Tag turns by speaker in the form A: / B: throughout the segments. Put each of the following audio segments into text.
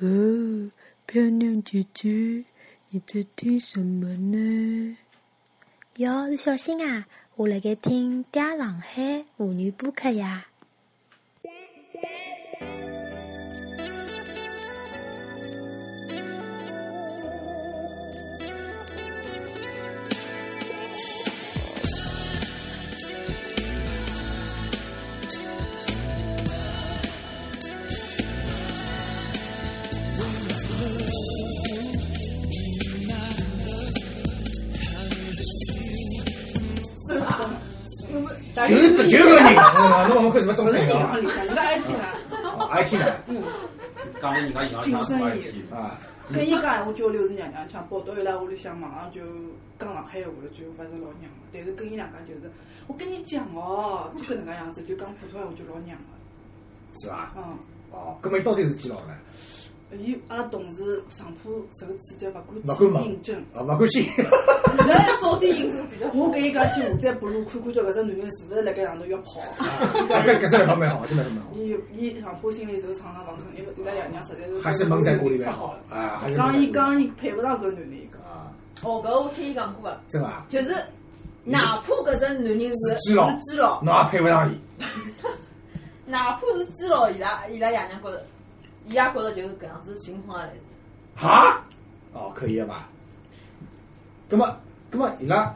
A: 哦，漂亮姐姐，你在听什么呢？
B: 哟，你小心啊！我辣盖听《嗲上海妇女播客》呀。
C: 就是就是搿人，那我们可以怎么怎么怎样？
D: 里向，人家爱听啊，
C: 还听呢？
E: 讲明人家银行
D: 竞
E: 抢
D: 争
E: 过
D: 也
E: 去，
C: 啊，
D: 跟伊讲闲话交流是娘娘腔，跑到伊拉屋里向马上就讲上海话了，最后勿是老娘个。但是跟伊两家就是，我跟你讲哦，就搿能介样子，就讲普通闲话就老娘个。
C: 是伐？
D: 嗯，
C: 哦，搿么伊到底是几老呢？
D: 伊阿拉同事上铺受刺激，勿
C: 勿
D: 敢
C: 敢问
D: 去印证。
C: 啊，勿关心。
F: 人早点印证比较好。
D: 我跟伊讲去下载步路看看，叫搿只男人是勿是辣盖上头要跑。
C: 搿搿搿只办法蛮好，真的蛮好。
D: 伊伊上铺心里头常常勿肯，伊伊拉爷娘实在是
C: 还是蒙在鼓里
D: 太
C: 蛮
D: 好
C: 好
D: 了。
C: 啊，还是
D: 讲伊讲伊配勿上搿男人，伊讲。
C: 啊，
F: 哦，搿我听伊讲过啊，
C: 是伐？
F: 就是哪怕搿只男人是
C: 是基佬
F: 是基佬，
C: 侬也配勿上伊，
F: 哪怕是基佬，伊拉伊拉爷娘觉着，伊拉觉着就是搿样子情况啊。
C: 哈？哦，可以个伐？葛么葛么伊拉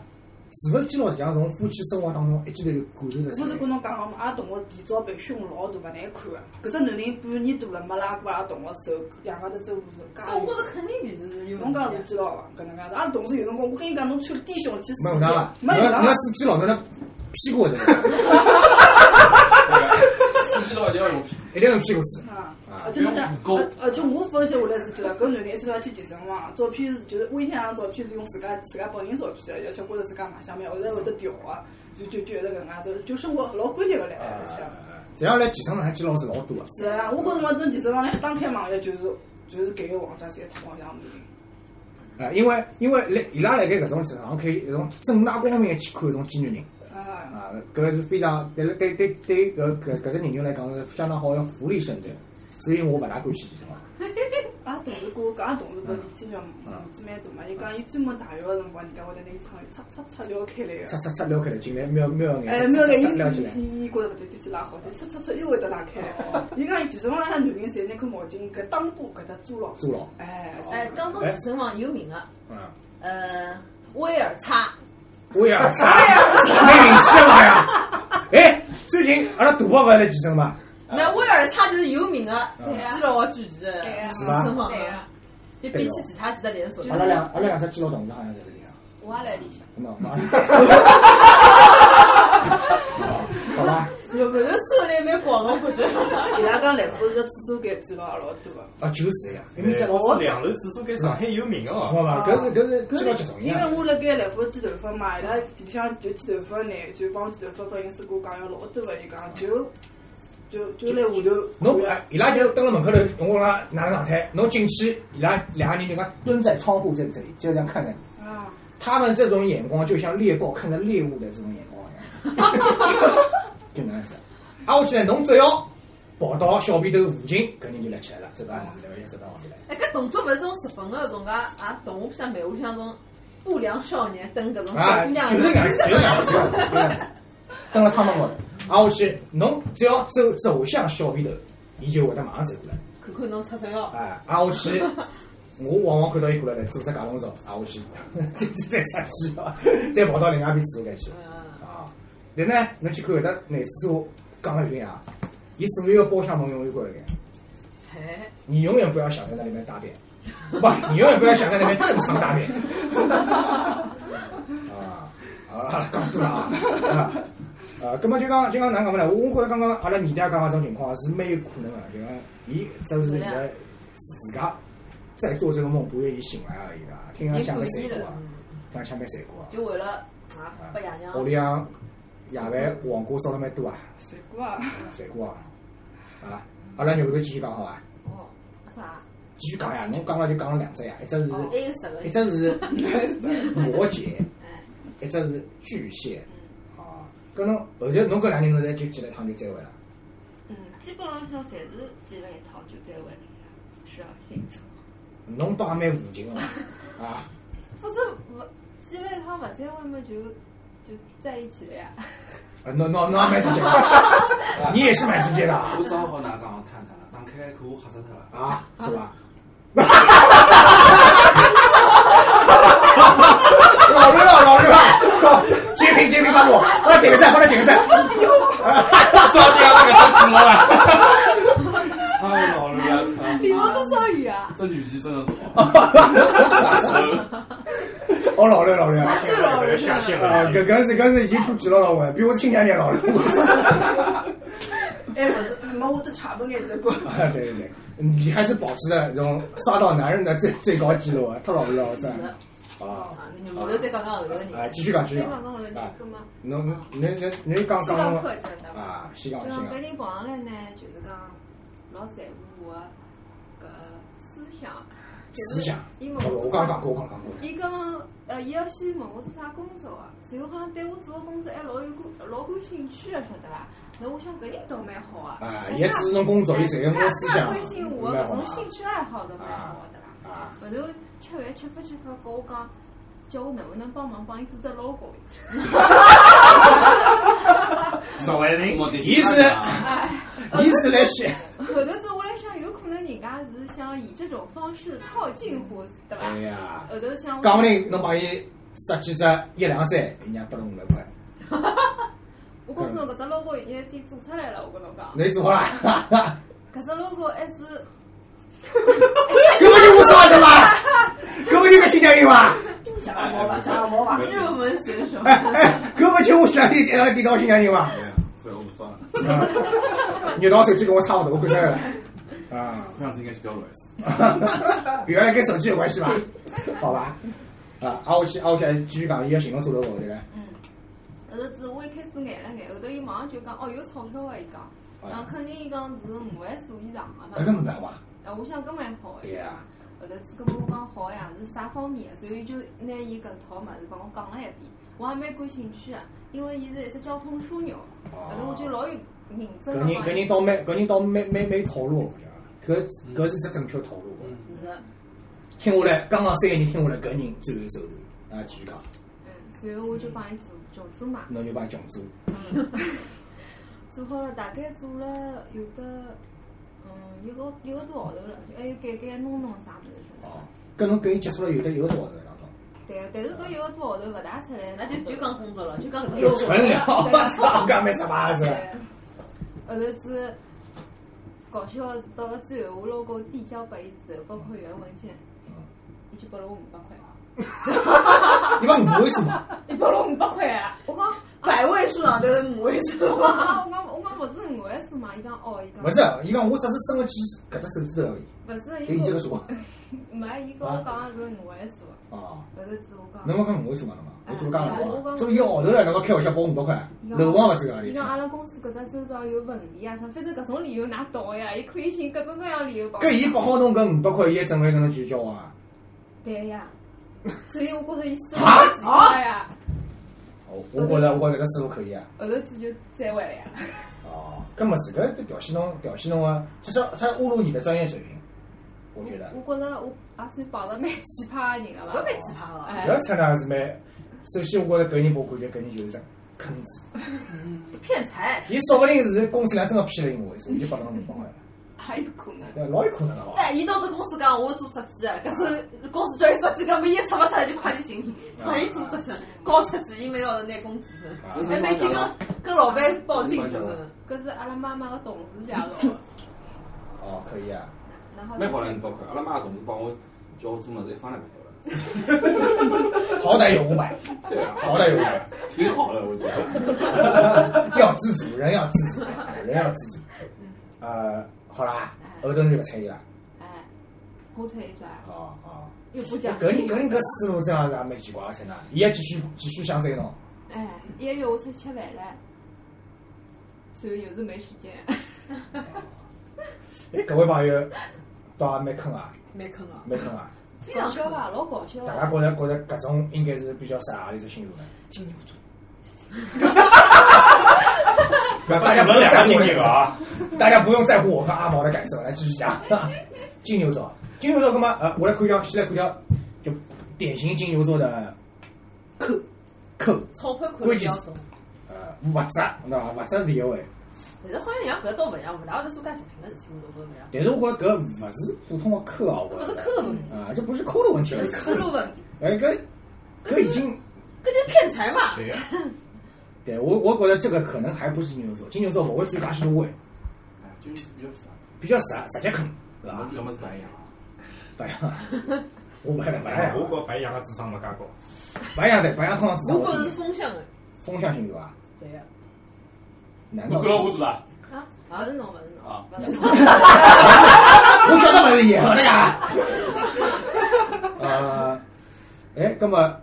C: 是勿是基本上从夫妻生活当中一记头就感受得出
D: 我是跟
C: 来？
D: 侬讲好嘛，阿拉同学提早被凶老大，勿难看个。搿只男人半年大了没拉过阿拉同学手，两家头走路是
F: 这我觉着
D: 家。
F: 肯定就是有
D: 侬
F: 问题
D: 讲
F: 啊
D: 是知道伐？搿能介子，阿拉同事有辰光，我跟伊讲，侬穿低胸去死
C: 没有啥伐？
D: 没
C: 侬
D: 有
C: 要侬要
D: 啥。
C: 是基佬，侬那屁股会得，
E: 对吧？司机佬一定要用屁股，
C: 一定用屁股子。
D: 啊
C: 啊！
D: 而且侬讲
E: 不用，
D: 而而且我分析下来是，就讲搿男人一出来去健身房，照片是就是微信上照片是用自家自家本人照片的，而且觉着自家蛮像蛮，后头会得调啊，就就就一直搿能介，就就生活老规律个唻，而且。
C: 只要来健身房，基佬是老多个。
D: 是啊，我觉着嘛，等健身房来打开网页，就是就是搿个网站侪脱光像没人。
C: 啊，因为因为来伊拉辣盖搿种情况，可以一种正大光明的去看搿种妓女人
D: 啊，
C: 啊，搿是非常对了对对对搿搿搿只人群来讲是相当好的福利生态，所以我勿大欢喜搿种啊。
D: 俺同事跟我讲，俺同事不年纪嘛，年纪蛮大嘛，伊讲伊专门大学个辰光，人家会得拿伊窗擦擦擦撩开来
C: 擦
D: 个。
C: 擦擦撩开来，进来瞄瞄眼，
D: 哎，没有嘞，
C: 擦撩起来
D: 伊。伊伊觉着搿对体检拉好，但擦擦擦又会得拉开来。伊讲伊健身房里向男人侪拿块毛巾搿裆部搿搭遮牢。
C: 做牢，
D: 哎，
F: 哎，刚刚健身房有名个，
C: 嗯，
F: 呃，威尔叉，
C: 我也擦，没名气了嘛呀。哎，最近阿拉大宝勿是来健身嘛？
F: 那啊威尔叉就是有名个
C: 对
F: 基佬个聚集的
G: 对
F: 健
G: 啊
F: 身
C: 吧
F: 房
G: 对
F: 啊
G: 啊，
F: 就比起其他几只连锁，
C: 阿拉两阿拉两只基佬同事好像在里啊向。
G: 我也来里向。
C: 喏， 好吧，
F: 有搿个涉猎蛮广个，我觉得。
D: 伊拉讲来福士个厕所间占牢也老多个。
C: 啊，就是呀，因为在
H: 哎，我是两楼厕所跟上海有名的
C: 好
H: 哦。
C: 吧，搿是搿是基佬集中
D: 啊因
C: 营
D: 为
C: 啊。
D: 我辣盖来福剪头发嘛，伊拉店里向就剪头发呢，就帮我剪头发发型师给我讲要老多个，伊讲就就就来下头。
C: 侬哎，伊拉就蹲辣门口头，我讲哪能上台，侬进去，伊拉两个人就讲蹲在窗户这这里，就这样看着你。
D: 啊，
C: 他们这种眼光就像猎豹看着猎物的这种眼光一样， 就那样子。啊，我记得侬只要跑到小便头附近，搿人就立起来了，走到旁边来，走到旁边来。
F: 哎，搿动作勿是种日本个种介啊，动画片像漫画像种不良少年等搿种小
C: 啊，
F: 姑
C: 就
F: 娘
C: 是搿样子，就是搿样子，就是搿样子。蹲辣窗门高头， 啊，我去，侬只要走走向小便头，伊就会得马上走过来。
F: 看看侬出手哦。
C: 哎，啊，我去，我往往看到伊过来了，做只假动作，啊， 我去，再再出去啊，再跑到另外一边厕所间去
F: 嗯，
C: 啊。但呢，侬去看搿只男厕所讲了一句啊，伊所有的包厢门永远关一个，
F: 哎，
C: 你永远不要想在那里面大便，不，你永远不要想在那边正常大 便。啊，好了好了，讲多了啊。啊呃，葛么就讲就讲哪能讲呢？我我觉着刚刚阿拉米嗲讲搿种情况是蛮有可能个，就讲伊只是伊拉自家在做这个梦，不愿意醒来而已啦。听
F: 也
C: 上
F: 感
C: 腔
F: 激
C: 蛮残酷
F: 了
C: 啊，，听上腔蛮残酷啊。
F: 就为了啊，拨爷娘
C: 屋里向夜饭黄瓜烧了蛮多啊，
D: 水果啊，
C: 残酷啊。啊，阿拉牛头继续讲好啊伐？
F: 哦啥？
C: 继续讲呀，侬讲了就讲了两只呀，一只是
F: 哦，还有十
C: 一
F: 个。
C: 只是摩羯，一只是巨蟹，啊，搿侬后头侬搿两年侬侪就记了一趟就再会了，
G: 嗯，基本浪向侪是见了一趟就再回来。需
C: 啊
G: 要性做。
C: 侬倒也蛮无情的啊！
G: 否则不基本上勿在外面就就在一起了呀。
C: 啊，侬侬侬也蛮直接的，你也是蛮直接的啊
E: 我正好哪讲探探了，打开来可我吓死他了。
C: 啊，是吧？老热闹，老热闹！截屏，截屏，帮我，帮他点个赞，帮他点个赞。
H: 烧起来那个都指了啦。
E: 操老了呀！操！
G: 李光都少雨啊，
E: 这女婿真的是，
C: 哦，老热闹，老热闹。
H: 下线
C: 啊，
H: 了。
C: 搿搿是搿是已经不急了老外，比我亲娘娘老了。
D: 哎，勿是，没我得差不眼结棍。
C: 啊，对对对，你还是保持着这种杀到男人的最最高纪录啊，太老了，真的。啊
F: 啊，那就后头再讲讲后头个人。
C: 啊，继续讲，继续
G: 再
C: 讲
G: 讲讲后头人
C: 啊，
G: 搿么
C: 侬侬侬侬侬讲讲
G: 西藏
C: 侬
G: 客栈对伐？
C: 啊，先讲
G: 就
C: 先
G: 讲
C: 讲
G: 搿人跑上来呢，就是讲老在乎我搿思想，
C: 思想。哦
G: 伊问
C: 我
G: 我
C: 刚讲过，我刚讲过。
G: 伊讲，呃，伊要先问我做啥工作啊，随后好像对我做个工作还老有感，老感兴趣个，晓得伐？那我想搿人倒蛮好啊，
C: 啊，
G: 哎
C: 也只是侬工作，伊只有侬思想，
G: 关心我
C: 明白
G: 搿
C: 好吗
G: 种兴趣爱好倒蛮好个，对伐？
C: 啊，
G: 后头吃饭吃饭吃饭，跟我讲，叫我能不能帮忙帮伊做只 logo？
H: 十万人
E: 我的，
H: 伊
E: 天
H: 是
E: 哪
G: 哎
C: 你是来写，
G: 后头子我来想，有可能人家是想以这种方式套近乎，对伐
C: 哎？呀，
G: 后头想我，
C: 讲不定侬帮伊设计只一两三，人家拨了五六块，
G: 我告诉
C: 嗯
G: 侬，搿只 logo 已经做出来了，我跟侬讲，
C: 侬做好啦，
G: 搿只 logo 还是
C: 搿不就我做的吗？搿不就个新疆人 吗？
D: 想也毛伐，想也毛伐。
F: 日文选手，
C: 哎哎，搿不就我前两天在那地道新疆人 吗？
E: 对呀所以我不装了。
C: 热闹手机跟我差不多，我觉着啊，
E: 我上次应该去钓罗 S，
C: 原来跟手机有关系吧？好吧，啊，啊我去啊我去继续讲伊个行动做落后头来，
G: 嗯后头子我一开始眼了眼，后头伊马上就讲哦有钞票啊，伊讲，
C: 哎
G: 然后肯定伊讲是五万数以上个
C: 搿
G: 嘛。
C: 个没办法，
G: 哎，我想搿蛮好个，
C: 对呀
G: 后头子跟我讲好个样是啥方面的，所以就拿伊搿套物事帮我讲了一遍，我也蛮感兴趣个，啊因为伊是一只交通枢纽，
C: 哦
G: 后头我就老有认
C: 搿
G: 真
C: 人
G: 地
C: 搿
G: 帮
C: 人
G: 伊。
C: 倒蛮搿人倒蛮蛮蛮套路，我觉着搿搿是只正确套路。听下来，刚刚三个人听下来，搿人最有手段啊！继续讲，
G: 嗯，随后我就帮伊做做做嘛，
C: 侬就帮伊穷做，
G: 做好了大概做了有得嗯一个一个多号头了，就还有改改弄弄啥物事晓得
C: 哦？，
G: 伐
C: 跟侬跟伊接触了有得一个多号头当中，
G: 对，但是搿一个多号头勿大出来，
F: 那就就讲工作了，就讲搿
C: 就
F: 个
C: 纯聊，我操，干没什么子
G: 对，后头子搞笑是到了最后，我 logo 递交拨伊之后，包括原文件，伊就拨了我五百块。
C: 你讲五位数嘛？
G: 伊拨了我五百块啊！我讲，
F: 百位数上头是五位数，
G: 我讲，我讲，我讲，勿是五位数嘛？伊讲，哦，伊讲，
C: 勿是，伊讲我只是伸个几搿只手指头而已，
G: 勿是，
C: 对
G: 伊
C: 你这
G: 跟
C: 个
G: 我，
C: 说
G: 没，伊跟我讲是五位数。
C: 啊，
G: 后头子我
C: 侬
G: 讲，
C: 勿讲五位数嘛侬嘛？我做讲
G: 哎
C: 了，
G: 我
C: 做一个号头了，侬讲开玩笑拨五百块，楼房勿止搿样
G: 伊
C: 子
G: 讲，阿拉公司搿只周遭有问题啊，反正搿种理由哪懂呀？伊可以寻各种各样理由帮我
C: 搿伊拨好侬搿五百块，伊还准备跟侬继续交往啊？
G: 对呀，所以我觉着伊思路老奇怪呀。
C: 哦，我觉着我觉着搿思路可以啊。
G: 后头子就再会了呀。
C: 哦，搿么是搿就表现侬表现侬个，至少它侮辱你的专业水平，我觉得。
G: 我觉着我啊也算碰着蛮奇葩的人了
F: 我
G: 吧？
F: 被奇葩了。
G: 哎，
C: 搿出呢是蛮，首先我觉着搿人我感觉搿人就是坑子，
F: 骗财，
C: 伊说不定是公司里向真个骗了一我，所以就拨了侬五百块，
G: 还有可能。
C: 对，老有可能个哦。
F: 哎，伊到这公司讲我做设计的，搿是公司叫伊设计，搿么伊出勿出来就快点寻伊，
C: 啊
F: 帮伊做设计，搞出去，伊每号头拿工资，
G: 嗯
F: 还没劲跟跟老板报警，
C: 嗯
F: 就是
G: 搿是阿拉妈妈的同事介绍 的，
C: 哦，可以啊。
G: 然后
E: 蛮好了，你包括阿拉妈同事帮我叫我做么子，放那边去了。
C: 好歹有五百，
E: 对啊，
C: 好歹有五百。
E: 挺好的，我觉得。
C: 要知足，人要知足，人要知足。呃，好啦，后头你勿睬伊啦。
G: 哎，我才一转，
C: 哦哦，
G: 又不
C: 搿
G: 讲
C: 人
G: 信
C: 搿
G: 用
C: 人搿思路真样是也蛮奇怪个，真的。伊还继续继续想追侬。
G: 哎，一个月我出去吃饭了，所以又是没时 间。
C: 哎，搿位朋友倒也蛮坑啊，
F: 蛮坑啊，
C: 蛮坑啊。
F: 非
G: 搞
F: 常
G: 笑 伐？老搞笑
C: 大家
G: 啊！
C: 觉着觉着搿种应该是比较适合何里只星座呢？
F: 金牛座，
C: 不要大
H: 大
C: 家
H: 家
C: 不
H: 不是
C: 用
H: 两个
C: 在乎
H: 经
C: 我
H: 历
C: 的
H: 了，啊！
C: 大家不用在乎我和阿毛的感受，来继续讲。 金牛座，金牛座，那么呃，我来看一下，先来看一下，就典型金牛座的抠抠，
F: 钞票看得比较重，
C: 呃，物质，对伐？物质第一位。
F: 但是好像像搿倒勿一样，勿大会得做介极品个事体，我都觉着勿一样。
C: 但是我觉着搿勿是普通的抠啊，我
F: 搿
C: 觉
F: 勿是抠
C: 着
F: 个问题，
C: 啊，这不是抠的问题，而是
G: 思路问题，
C: 哎，搿搿已经，
F: 搿就是骗财嘛。
I: 对呀，
C: 对我我觉着这个可能还不是金牛座，金牛座勿会最大是位，
E: 哎，就是比较傻，
C: 比较直直接坑，对
E: 要
C: 伐
E: 么？要么是白羊，
C: 白羊，我白羊，白
I: 哎，我
C: 羊，
I: 觉白羊的智商没介高，
C: 白羊对白羊通常至
F: 我觉
C: 少
F: 着是风向个，
C: 风向星座啊，
F: 对个。
C: 难
H: 你
C: 道
H: 看到我做伐？
G: 啊，勿是侬，勿是侬
H: 啊，
G: 勿是侬，
C: 我晓得勿是演的呀。
I: 啊
C: 呃，哎，那么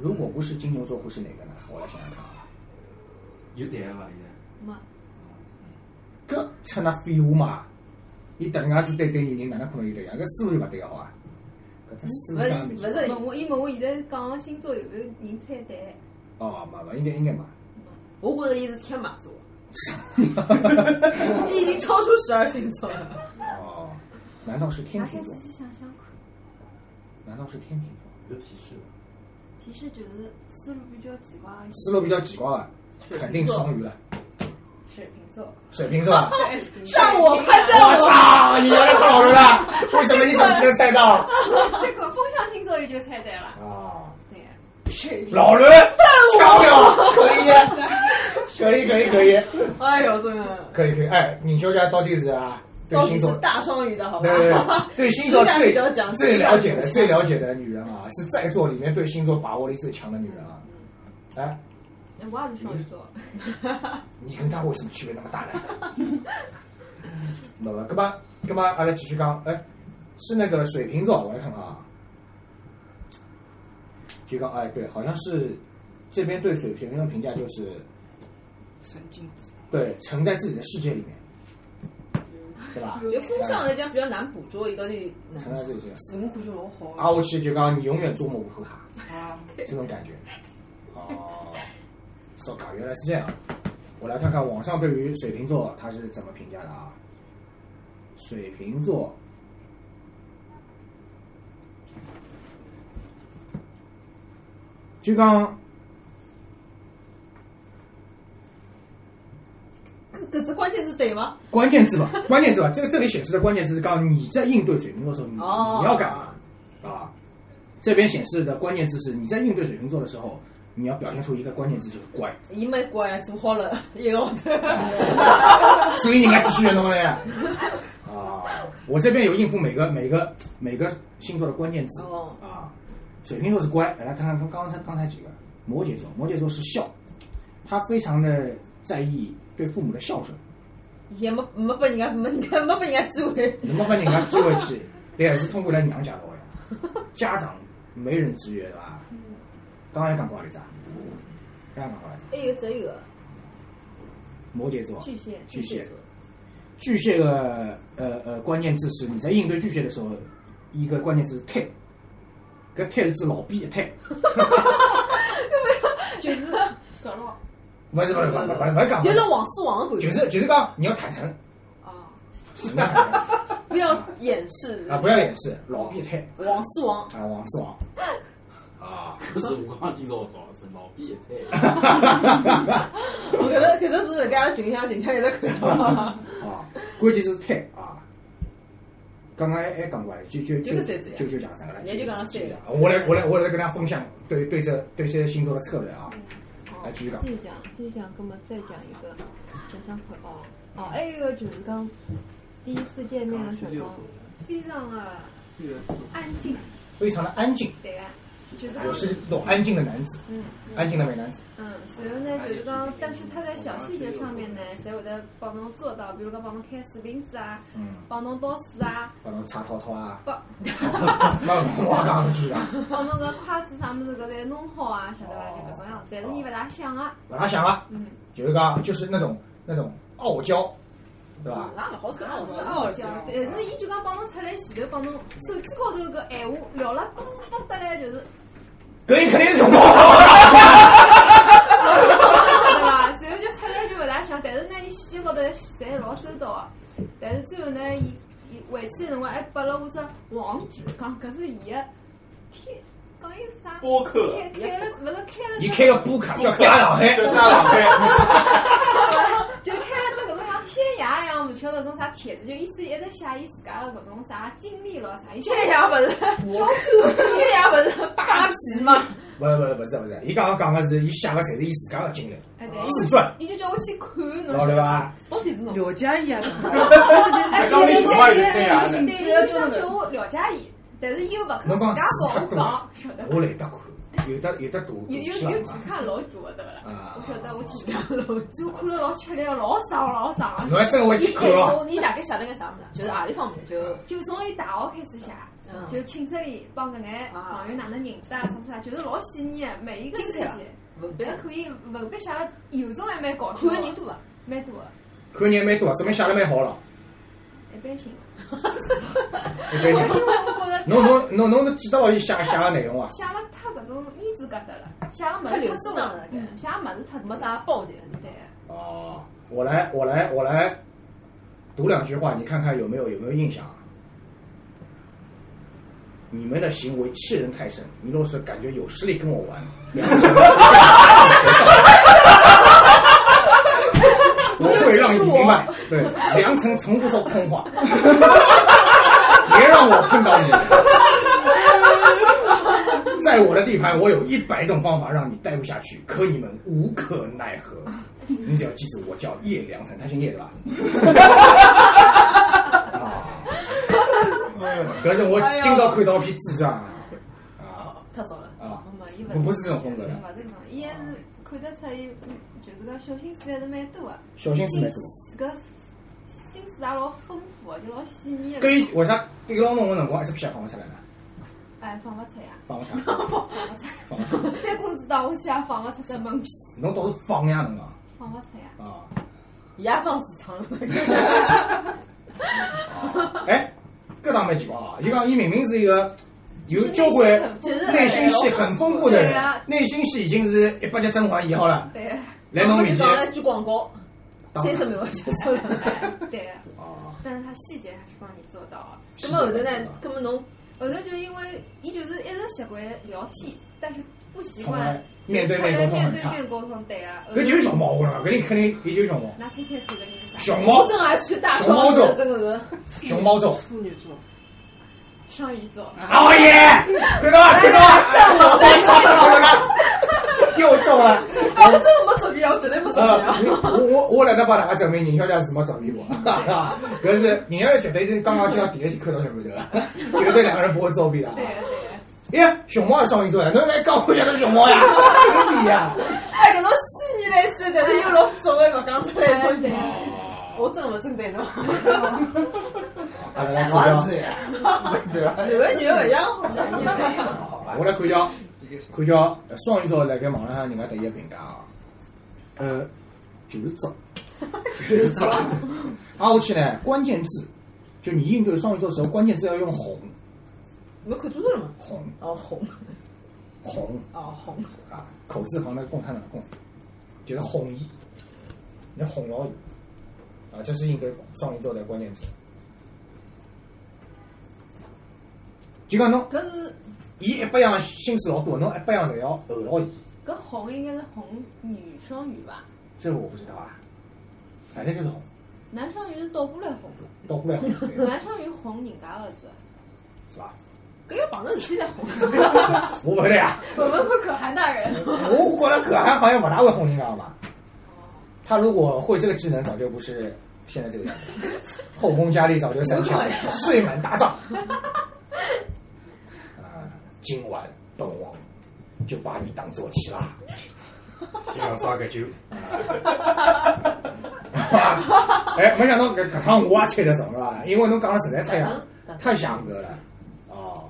C: 如果不是金牛座，会是哪个呢？我来想想看啊。
E: 有答案伐？现在？
G: 没，
C: 搿扯那废话嘛，伊突然间做对对女人，哪能可能有对呀？搿思路就勿对好啊。搿只思
F: 勿
C: 路
F: 是
C: 上面
F: 勿是
G: 问我，伊问我现在讲个星座有没有人猜对？
C: 哦，没没，应该应 该没。
F: 我觉着伊是天马座，伊已经超出十二星座 了。
C: 哦，难道是天
G: 大家
C: 秤座
G: 仔？细想想看，
C: 难道是天秤座？
E: 有提示伐？
G: 提示就是思路比较奇怪的
C: 思路比较奇怪啊，肯定是双鱼了，
G: 水瓶座，
C: 水 瓶座啊。
G: 哎
F: 上我快在
H: 我
F: 我，
H: 操！你原来看好了啦？
C: 为什么你总是能猜到？
G: 结果风象星座伊就猜对了，
C: 啊，
G: 对呀，
C: 老人，漂亮， 可以啊，可以可以可以。
F: 哎呦，真的，
C: 可以可以，哎，你休假到底是啊，对
F: 到
C: 星
F: 底
C: 座
F: 是，大双鱼的好吧
C: 对？对 对，对星座
F: 实在
C: 最
F: 比较讲
C: 最了解的
F: 实在比较讲
C: 最了解的女人啊，是在座里面对星座把握力最强的女人啊。
F: 嗯
C: 哎，
G: 我也是双鱼座，
C: 你跟她为什么区别那么大呢？ 那么，干嘛干嘛？阿拉继续讲，哎，是那个水瓶座，我来看看啊。就刚哎，对，好像是这边对水水瓶座评价就是
D: 神经质，
C: 对沉在自己的世界里面，对吧
F: 我？觉得风向来讲比较难捕捉一个女男
C: 沉在自己的世界。
D: 自我感觉老好
C: 阿我去就讲你永远捉摸不透他，
D: 啊，
C: 这种感觉。哦，说卡原来是这样。我来看看网上对于水瓶座他是怎么评价的啊？水瓶座，就讲
F: 搿搿只关键是对吗？
C: 关键字吧，关键字吧，这个这里显示的关键字是刚你在应对水瓶座的时候，你、
F: 哦
C: 你要干嘛啊？这边显示的关键字是你在应对水瓶座的时候，你要表现出一个关键字就是乖。
F: 伊没乖，做好了一个号头。
C: 所以人家继续运动了呀。啊，我这边有应付每个每个每个星座的关键词
F: 哦
C: 啊。水瓶座是乖，哎来看看刚刚才刚才几个。摩羯座，摩羯座是孝，他非常的在意对父母的孝顺，
F: 也没没拨人家没人家没拨人家机会，
C: 能够把人家机会 去，这也是通过来娘家的呀。家长没人制约，对吧？
G: 嗯
C: 刚才讲过了咋？刚才讲过了啊
F: 还有只有个
C: 摩羯座，
G: 巨蟹，
C: 巨蟹，巨蟹的呃呃关键字是你在应对巨蟹的时候，一个关键字是退，搿退是指老逼的退，
G: 就是葛 洛，
C: 勿是勿是勿是勿是勿是讲，
F: 就是王思王的
C: 就
F: 感觉，
C: 是就是讲你要坦诚，
G: 啊，
C: 你要坦诚
F: 不要掩饰
C: 啊，不要掩饰，老逼退
F: 王思王，
C: 啊，王思王啊，
E: 可是我刚刚今朝到，是老逼一胎。
F: 搿个搿个是人家群里向群里一直看到，
C: 啊，关键是退啊。刚刚还还讲过来，就就
F: 就
C: 就是
F: 这样
C: 就就讲三个了，
F: 也就讲了三个
C: 就我来我来我来跟大家分享对对这对这些星座的策略啊，
G: 哦
C: 来继续讲
G: 继续讲，继续讲，葛末再讲一个，想想看哦，哦，还有一个就是讲第一次见面的辰光，非常的安静，
C: 非常的安静，
G: 对啊，就是
C: 哎我是
G: 讲，
C: 那种安静的男子，
G: 嗯
C: 安静的美男子。
G: 嗯，所以呢就是
C: 哎
G: 讲，但是他在小细节上面呢，侪会得帮侬做到，比如讲帮侬开水瓶子啊，
C: 嗯，
G: 帮侬倒水啊，
C: 帮侬擦淘淘 啊，
G: 帮
C: 那我讲不句啊，
G: 帮侬个筷子啥物事搿侪弄好啊，晓得伐？就搿种样子，但是伊勿大想啊，
C: 勿大想啊，
G: 嗯，
C: 就是讲就是那种那种傲娇，对
G: 嗯
C: 吧？
F: 那勿好看，我
G: 我觉
F: 觉
G: 得
F: 得
G: 傲
F: 傲
G: 娇
F: 娇，，
G: 但是哦呃伊就讲帮侬出来前头，帮侬手机高头搿闲话聊了咚咚咚得来，就是
C: 搿伊肯定是 穷光，
G: 晓得伐？然后就出来就勿大想，但是呢，伊细节高头侪老周到啊。但是最后呢，伊伊回去的辰光还拨了我只黄纸，讲搿是伊个天，讲伊是啥？
F: 哦
H: 播客，
G: 开开了，勿是开了只？
C: 伊开个播客叫《家上海》，
H: 叫大上海，
G: 然后就开了只搿种像天涯一样，勿晓得搿种啥帖子，就意思一直写伊自家的搿种啥经历咯啥。伊
F: 天涯勿是，天涯勿是扒皮嘛？
C: 勿勿勿是勿是，伊刚刚讲个是伊写个侪是伊自家个经历，
G: 哎对，
C: 自传，
G: 伊就叫我去看，侬
C: 哦老对？伐？
F: 到底是侬？
D: 了解一下，
G: 哎，
H: 刚里说话有天涯
G: 对，
H: 的，
G: 伊想叫我了解伊，但是伊又勿肯自
C: 侬讲
G: 家
C: 自
G: 帮我讲，
C: 家
G: 晓得伐
C: 我？来得看，有的有的大，
G: 嗯有有
C: 是吧
G: 有几看老大的，对勿啦？
C: 啊
G: 我晓得我去看了，就看了老吃力，老爽，老爽啊
C: 侬！还真会去看 哦。
F: 你大概写了个啥物事？就是何里方面？就
G: 就从伊大学开始写，
F: 嗯
G: 就寝室里帮搿眼朋友哪能认得啊，啥啥，就是老细腻的，每一个细
F: 精彩啊
G: 节。
F: 文笔
G: 别可以文笔写了有种还蛮搞
F: 看个人多啊，
G: 蛮多的，
C: 看人蛮多，说明写得蛮好了。
G: 一般性。
C: 一
G: 我
C: 般
G: 就
C: 性，
G: 觉得
C: 侬侬侬侬能记得牢伊写写个内容啊伐？
G: 写了太搿种意志搿搭了，写个物
F: 太
G: 事
F: 流
G: 太
F: 畅
G: 多
F: 了
G: 了，
F: 对
G: 嗯写个物事太多
F: 没
G: 了。
F: 啥爆点。
G: 对，
C: 哦，我来我来我来读两句话，你看看有没有有没有印象啊？你们的行为欺人太甚，你若是感觉有实力跟我玩，良心不在我会让你明白，对，良辰从不说空话，别让我碰到你。在我的地盘，我有一百种方法让你待不下去，可你们无可奈何。你只要记住，我叫叶良辰，他姓叶对吧？啊，可是我今朝看到一篇自传啊，啊
F: 太少了，
C: 啊，
G: 没伊
C: 我不是这种风格的
G: 勿是搿种，伊还是看得出伊嗯就是讲小心思还是蛮多的，
C: 小心思蛮多。
G: 搿啊心思也老丰富的，就老细腻的
C: 搿。伊为啥对牢侬个辰光一只屁也放勿出来呢？
G: 哎，放勿出呀，
C: 放勿出来，放勿出来，
G: 三公子到我去也放勿出只门屁，
C: 侬倒是放呀侬啊！
G: 放勿出呀。
C: 啊，
F: 也上市场了。
C: 哎，搿倒蛮奇怪啊！伊讲伊明明是一个有
G: 是内
C: 交
G: 心
C: 关
G: 很丰
F: 就是
C: 内心戏很丰富
G: 富
C: 的
G: 对
C: 人
G: 啊，
C: 内心戏已经是一百级甄嬛一号了，
G: 对
C: 来侬面
F: 就
C: 前
F: 讲了一句广告，
C: 打
F: 三十秒就收了。
G: 对，
C: 啊，
G: 但是他细节还是帮你做到了。
F: 咁么后头呢？咁么侬
G: 后头就因为伊就是一直习惯聊天，但是不习
C: 从来
G: 惯
C: 面对面沟
G: 面
C: 通很
G: 对
C: 差，
G: 面沟通对啊。
C: 搿就是熊猫了，搿人肯定伊就是熊猫，
G: 拿猜猜看搿人是啥？
C: 熊
F: 保
C: 猫
F: 证也穿大双子，真个是。
C: 熊猫座，
D: 处女座，
G: 双鱼座，
C: 熬耶，看到伐？看到伐？看到伐？又中了。
F: 我真的没作弊啊！我绝对没作弊
C: 呃
F: 啊！，
C: 我我我来得帮大家证明，宁小姐是没作弊过， 搿是宁小姐绝对是刚刚就像第一天看到小馒头了，绝对两个人不会作弊的啊。
G: 对啊对啊。
C: 耶，熊猫还双鱼座呀，侬来讲我晓得熊猫 呀，真的呀！
F: 哎，搿种虚拟来虚，但是又老作为勿讲出来
G: 哎
F: 的
G: 对
F: 东
G: 啊
F: 我真勿针对侬，男的女的勿一
C: 阿拉来看叫，
F: 样好吗？
C: 我来看叫，看叫呃双鱼座辣盖网浪上人家第一评价啊，呃，就是作，就是作。挨下去呢，关键字，就你应对双鱼座的时候，关键字要用红
F: 侬看多少了嘛？
C: 红
F: 哦红，
C: 红
F: 哦红，
C: 啊，口字旁的共产党的共，就是哄伊，你哄牢伊啊，这是应对双鱼座的关键词。就讲侬
G: 搿是
C: 伊一百样心思老多，侬一百样侪要候牢伊，
G: 搿红应该是红女双鱼吧？
C: 这个我不知道啊，反正就是哄，
G: 男双鱼是倒过来红，
C: 倒过来哄， 对
G: 男双鱼红人家儿子。
C: 是吧？啊
F: 搿要碰着事体才红。
C: 我不会的呀，
G: 我们会可汗大人。
C: 我觉得可汗好像不大会哄人家吧？啊他如果会这个技能，早就不是现在这个样子了，后宫佳丽早就三千了，睡满大帐。啊，今晚本王就把你当做妻啦！
H: 先
E: 啊
H: 要抓个酒，
C: 哎，没想到搿搿趟我也猜得中了吧？因为侬讲的实在太像太像个了。哦，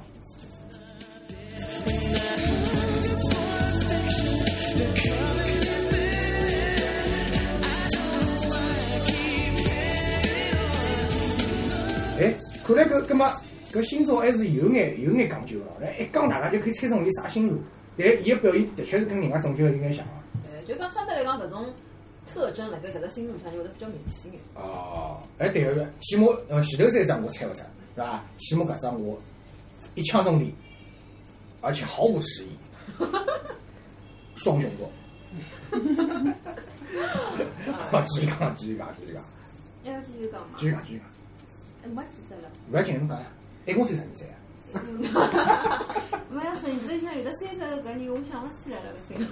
C: 哎，看来搿搿么搿星座还是有眼有眼讲究的哦，来一讲大家就可以猜中伊哎
I: 呃
C: 啥星座。但伊个表现的确是跟人家总结的有眼像啊。
F: 哎，就讲相对来讲，搿种
I: 特征辣盖搿只新闻里向有得比较明显眼。
C: 哦，哎对个，起码呃前头这一张我猜不出，对伐？起码搿张我一枪中地，而且毫无迟疑， 双雄座。 啊，继续讲，继续讲，继续讲，
G: 要继续讲吗
C: 继？续讲，继续讲，
G: 哎没记得了。
C: 勿要紧，侬讲呀，一共才十二岁啊？
G: 没有，绳子里向有的三只搿人，我想勿起来了搿三个。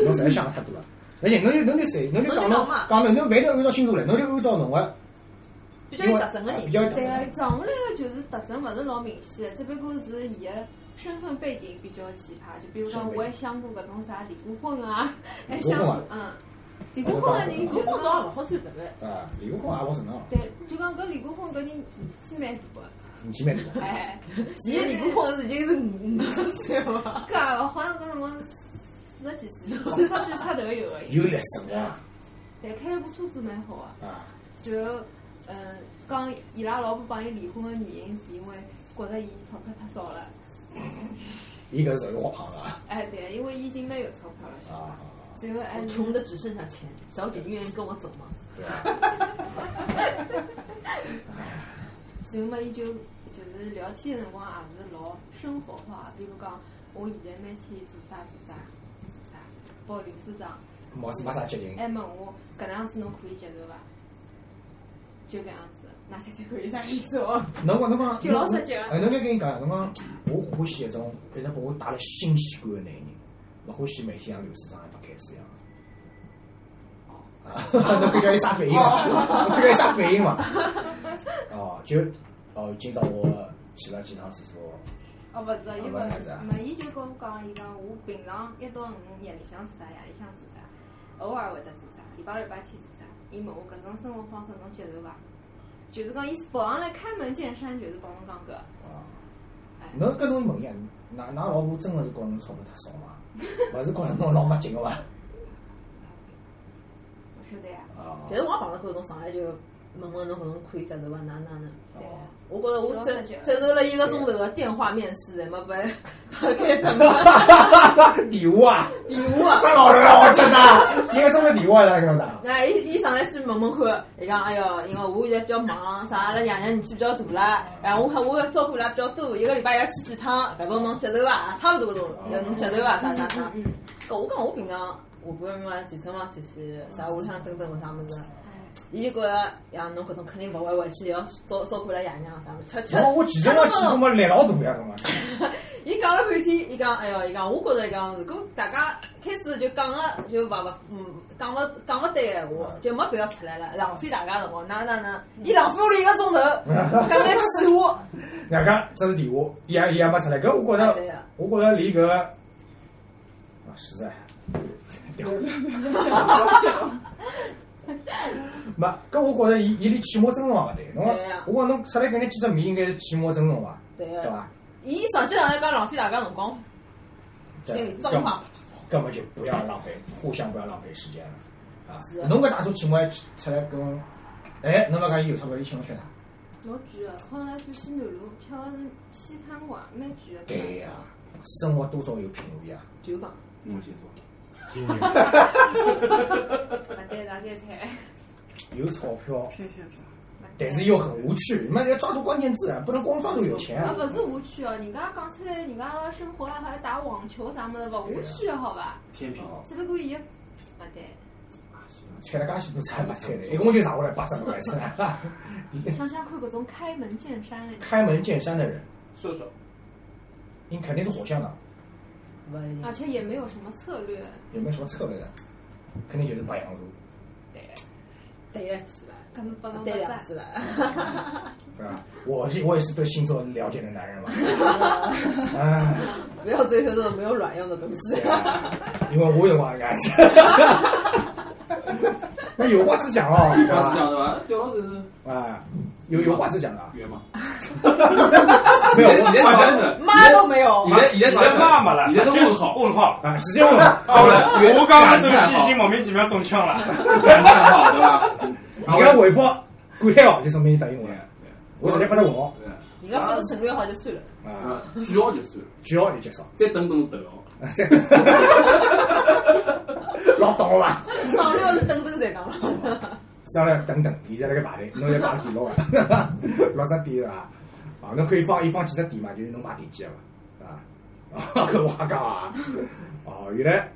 C: 侬实在想得太多了。那行，侬就侬就随，侬就讲
F: 侬就
C: 侬
F: 讲嘛
C: 讲侬，侬勿一定按照星座来，侬就按照侬个
I: 比较有特
F: 啊
I: 征个人
C: 比，较有特
G: 对
C: 征
G: 个
C: 的，
G: 撞下来个就是特征勿是老明显的，只不过是伊个身份背景比较奇葩。就比如讲，我也想过搿种啥离过婚啊，还想过嗯，离过婚个人
I: 离
G: 就
I: 婚
G: 是
I: 倒
G: 讲
I: 勿好算特别。
C: 啊，离过婚也老正常，
G: 对，就讲搿离过婚搿人年纪蛮大个，
C: 年纪蛮大的。
G: 哎，
I: 伊个离过婚是已嗯经是五十岁了吧？
G: 搿也勿好像搿辰光四十几岁，四十几出头有个。
C: 有历史的啊
G: 但开了部车子蛮好个、
C: 啊，
G: 就嗯，讲伊拉老婆帮伊离婚的原因是因为觉着伊钞票太少了，
C: 伊搿是属于花胖了啊
G: 哎对，因为伊已经蛮有钞票了，
C: 啊
G: 晓
C: 啊，
G: 得伐？然后
I: 我
G: 还
I: 穷的只剩下钱，小姐，你愿意跟我走吗？
C: 对啊，
G: 然后嘛，伊就就是聊天的辰光也是老生活化，比如讲我现在每天做啥做啥做啥，包括理事长
C: 貌似没啥接近。
G: 还问我搿能样子侬可以接受伐？就搿样子，哪天才可以啥意思哦？
C: 侬讲侬讲，
G: 就老
C: 侬
G: 直接
C: 哎，侬就跟伊讲，侬讲我欢喜一种一直拨我带来新鲜感的男人，勿欢喜每天像刘市长一样白开水一样。 啊，侬看叫伊啥反应嘛？侬看叫伊啥反应嘛？哦，就哦，今朝我去了几趟厕所，
G: 哦，勿是，伊勿
C: 啊勿是啊
G: 没，伊就跟我讲，伊讲我平常一到五夜里向做啥，夜里向做啥，偶尔会得做啥，礼拜六、礼拜天做啥。伊问我搿种生活方式侬接受伐？就是讲，伊跑上来开门见山，就是帮侬讲搿。
C: 啊，
G: 哎，
C: 侬搿侬问伊啊，㑚㑚老婆真个是觉着侬钞票太少嘛？勿是觉着侬老没劲个伐？
G: 勿晓得呀。
C: 啊，
I: 但是我也碰到过侬上来就问问侬搿种可以接受伐？哪哪能？
G: 对
C: 哦
G: 呀。
I: 我觉着我
G: 老
I: 接
G: 实讲
I: 接受了一个钟头的电话面试，还没被 被开什么
C: 哦，礼物啊！
I: 电话。
C: 搿老人啊，我真的，一个钟头礼物啊，哪搿能打？
I: 那伊伊哎上来先问问看，伊讲哎哟，因为我现在比较忙，啥阿拉爷娘年纪比较大了，哎，我看我要照顾伊拉比较多，一个礼拜要去几趟，搿种侬接受伐？差不多搿种，要侬接受伐？啥啥
C: 嗯
I: 啥？搿我讲我平常下班嘛，健身房出去，啥屋里向等等搿啥物事，
G: 哎
I: 伊就觉着呀，侬搿种肯定勿会回去，要照照顾伊拉爷娘啥物事，吃吃。
C: 我我前阵我去过嘛，力老大呀，搿嘛。
I: 伊讲了半天，伊讲，哎哟，伊讲，我觉着伊讲，如果大家开始就讲个就勿勿，嗯，讲勿讲勿对闲话，就没必要出来了，浪费大家辰光，哪哪能？伊浪费我了一个钟头，讲来气我，
C: 外加这是电话，伊也伊也没出来，搿我觉
I: 啊对
C: 着
I: 呀，
C: 我觉着离搿啊是噻。没，搿我觉着伊伊离起码尊重也勿对。啊侬
I: 对呀
C: 我讲侬出来搿眼几只米，应该是起码尊重伐？
I: 对
C: 啊对
I: 个。
C: 伐？
I: 伊上去上来讲浪费大家辰光，
C: 对
I: 心里脏话，
C: 根本就不要浪费，互相不要浪费时间了啊
I: 是！啊
C: 侬搿大叔起码出来跟我，哎，侬勿讲伊有钞票，伊请侬吃啥？
G: 老贵个，好像拉去西南路吃个是西餐馆，蛮贵个。
C: 对呀、生活多少有品味啊！
I: 就讲，
E: 摩羯座，
H: 金牛，
G: 勿对，大概菜。
C: 有钞票，
D: 天蝎座，
C: 但是又很无趣。你们要抓住关键字啊，不能光抓住有钱
G: 啊，
C: 啊！
G: 勿是无趣哦，人家讲出来，人家生活啊，还打网球啥物事，勿无趣个啊好伐？
E: 天平，
C: 哦
G: 只不过伊个勿对。
C: 踩了介许多菜没踩的，一共就拿下来八只没踩啊！
G: 想想看，搿种开门见山的人
C: 开门见山的人，
E: 射手，
C: 你肯定是火象的，
I: 勿一定
G: 而。啊且也没有什么策略。
C: 有没有什么策略的？肯定就是白羊座，
I: 对了起来，
G: 搿么拨侬
I: 对
G: 搭
I: 了起来，
C: 对吧？我是我也是对星座了解的男人嘛， 啊，
I: 不要追求这种没有卵用的东西。
C: 因为我有话讲， 那有话直讲哦，
E: 有
C: 对
E: 话是
C: 吧
E: 讲对伐？屌老子是
C: 啊，有有话直讲的啊，
E: 冤嘛？
C: 没有我
E: 现在啥样子？
I: 妈都没有，
E: 现在现
H: 你
E: 在啥
H: 在
E: 样子？
H: 骂嘛了？
E: 现在都问号，
H: 问号。
C: 啊，直接问他。
H: 好了，我刚刚
E: 感
H: 这
E: 叹
H: 个戏
E: 号
H: 已经莫名其妙中枪了。
E: 感叹号对伐？
C: 你给他回复感叹号，就说明你答应我了。我直接发他文号
E: 对
I: 人家不是省略好就算了。
C: 啊，
E: 啊，句号就算了，
C: 句号就结束。
E: 再等等是逗号。
C: 老懂了伐？
I: 上了是等等再讲了。
C: 上来等等，现在辣盖排队，侬在排第六啊， 六只点是伐？啊，侬可以放伊放几只点嘛，就是侬排第几个伐？啊， 搿我瞎讲啊。哦，原来，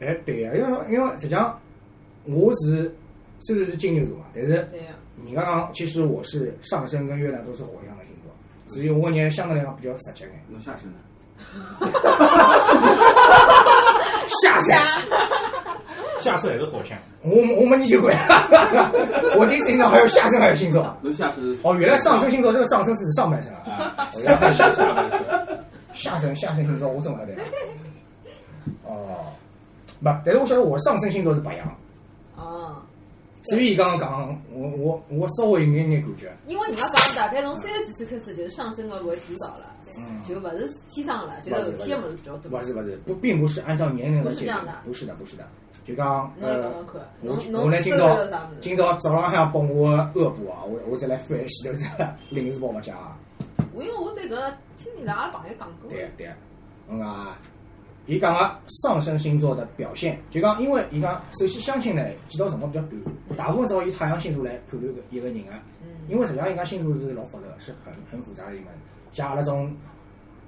C: 哎，对啊，因为因为实际上我是虽然是金牛座嘛，但是
I: 对啊呀，
C: 人家讲，其实我是上升跟月亮都是火象的星座，所以我也相对来讲比较实际眼。
E: 侬下身呢？
C: 下山。
H: 下次还是火象，
C: 我我没研究过， 我第一次听到还有下身还有星座。
E: 侬下身是
C: 哦，原来上升星座这个上升是指上半身 啊，我原来还有下身，下身下身星座我怎么晓得？哦，不，但是我晓得我上升星座是白羊，
I: 啊，
C: 所以刚刚讲我我我稍微有眼眼感觉，
I: 因为人家讲大概从三十几岁开始就是上升的会提早了，
C: 嗯，
I: 就不是天上了，就是后天的么子比较多。
C: 不是不是不，并不是按照年龄来
I: 不是
C: 界
I: 这
C: 定
I: 样的，
C: 不是的不是的，就讲
I: 侬
C: 呃
I: 讲。讲看，
C: 我
I: 侬
C: 我
I: 侬
C: 来
I: 收
C: 今
I: 入
C: 朝
I: 是啥么子？
C: 今朝早浪向帮我恶补啊，我我再来翻前 头只领子帮我讲啊。
I: 我因为我对搿听伊拉朋友讲过，
C: 对对，嗯啊，伊讲个上升星座的表现，就讲因为伊讲首先相亲呢，见到辰光比较短，大部分只好以太阳星座来判断一个人啊。
I: 嗯
C: 因为实际上伊讲星座是老复杂的，是很很复杂的一门，像阿拉种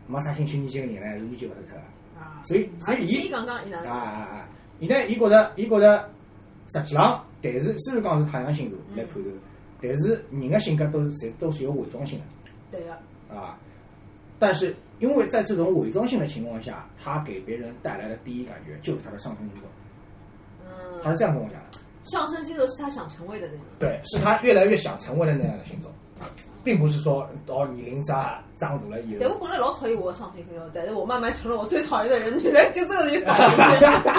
C: 没啥兴趣研究的人呢，是研究勿透彻的。
I: 啊，
C: 所以所
I: 啊，
C: 以
I: 你
C: 伊
I: 听伊讲讲伊哪
C: 啊
I: 能？
C: 啊啊！现在伊觉着，伊觉着，实际上，但是虽然讲是太阳星座来判断，但是人的性格都是侪都是有伪装性
I: 对个，
C: 的啊。但是，因为在这种伪装性的情况下，他给别人带来的第一感觉就是他的上升星座，他
I: 嗯，
C: 是这样跟我讲的。
I: 上升星座是他想成为的那种。
C: 对，是他越来越想成为的那样的星座，啊并不是说哦，年龄长长大了以
I: 对，
C: 后
I: 我，本来老讨厌我的上星星座，但是我慢慢成了我最讨厌的人，原来就这 个地方。